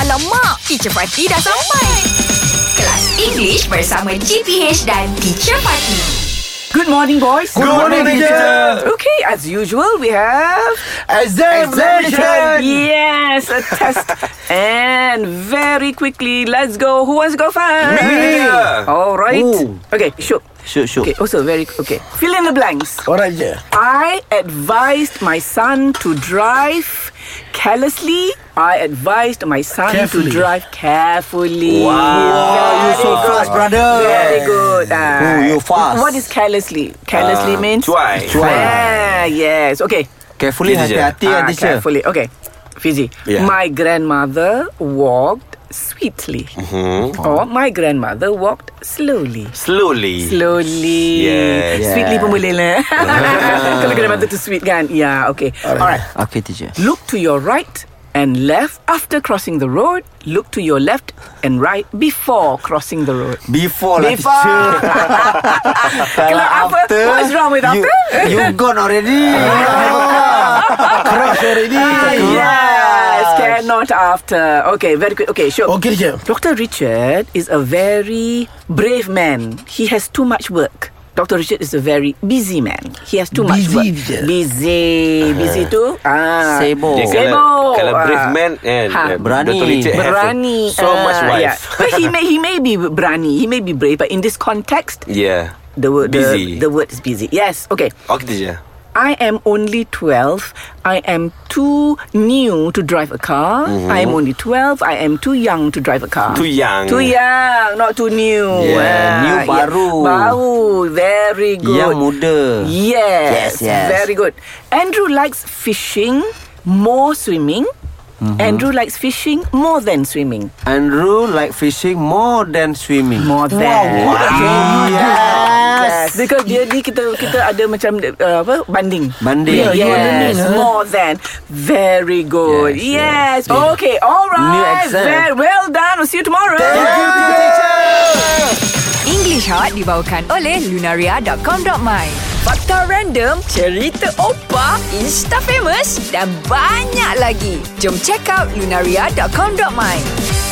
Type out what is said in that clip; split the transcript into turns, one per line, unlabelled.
Alamak, Teacher Fatih dah sampai. Kelas English bersama GPH dan Teacher Fatih.
Good morning, boys.
Good morning, teacher.
Okay, as usual, we have
Examination.
yes, a test. and very quickly, let's go. Who wants to go first?
Me.
All right.
Ooh.
Okay, sure.
Shoot, shoot.
Okay, also very okay. Fill in the blanks.
Alright, teacher.
I advised my son to drive carelessly. I advised my son
Carefully.
to drive carefully. Ah,
Wow, you so
Very
fast,
good.
brother.
Very good. Ah.
Oh, you fast.
What is carelessly? Carelessly means
cuai.
Cuai.
Ah, yes. Okay.
Carefully,
Okay, teacher.
hati-hati ya,
Ah,
teacher.
carefully. Okay. Fizzy.
Yeah.
My grandmother walked sweetly. Or my grandmother walked slowly.
Slowly.
Slowly
Yes.
Sweetly pun boleh lah Kalau kena mata tu sweet kan Yeah okay Alright
Okay, teacher.
Look to your right and left after crossing the road. Look to your left and right before crossing the road.
Before, lah,
Before.
teacher.
Kalau
After,
what's wrong with
you,
after?
You gone already. Crash already.
Ah, Yes, cannot after. Okay, very good. Okay, sure.
Okay, teacher.
Dr. Richard is a very brave man. He has too much work. Dr. Richard is a very busy man. He has too much
Busy Uh-huh.
work.
dia.
Busy. Busy tu. Ah.
Sibuk.
Dia kalau, kalau brave man and
Ha.
Berani.
Dr. Richard have
Berani.
so
ah,
much wife.
Yeah. But he may he may be berani, he may be brave, but in this context,
Yeah.
the word
Busy.
the, the word is busy. Yes. Okay.
Okay, teacher.
I am only 12. I am too new to drive a car.
Mm-hmm.
I am only 12. I am too young to drive a car.
Too young.
Too young, not too new.
Yeah,
Ah,
new baru.
Baru. Very good.
Yang muda.
Yes.
Yes, yes.
Very good. Andrew likes fishing more swimming.
Mm-hmm.
Andrew likes fishing more than swimming.
Andrew like fishing more than swimming.
More than.
Wow, what a famous
Yes. Because dia ni kita kita ada macam uh, apa banding.
Banding.
Yeah,
Yeah,
yes.
yeah.
More than. Very good. Yes.
Yes,
Okay. All
New
right.
exam.
Very well done. We'll see you tomorrow.
English Hot dibawakan oleh Lunaria.com.my Fakta random, cerita opa, insta famous dan banyak lagi. Jom check out Lunaria.com.my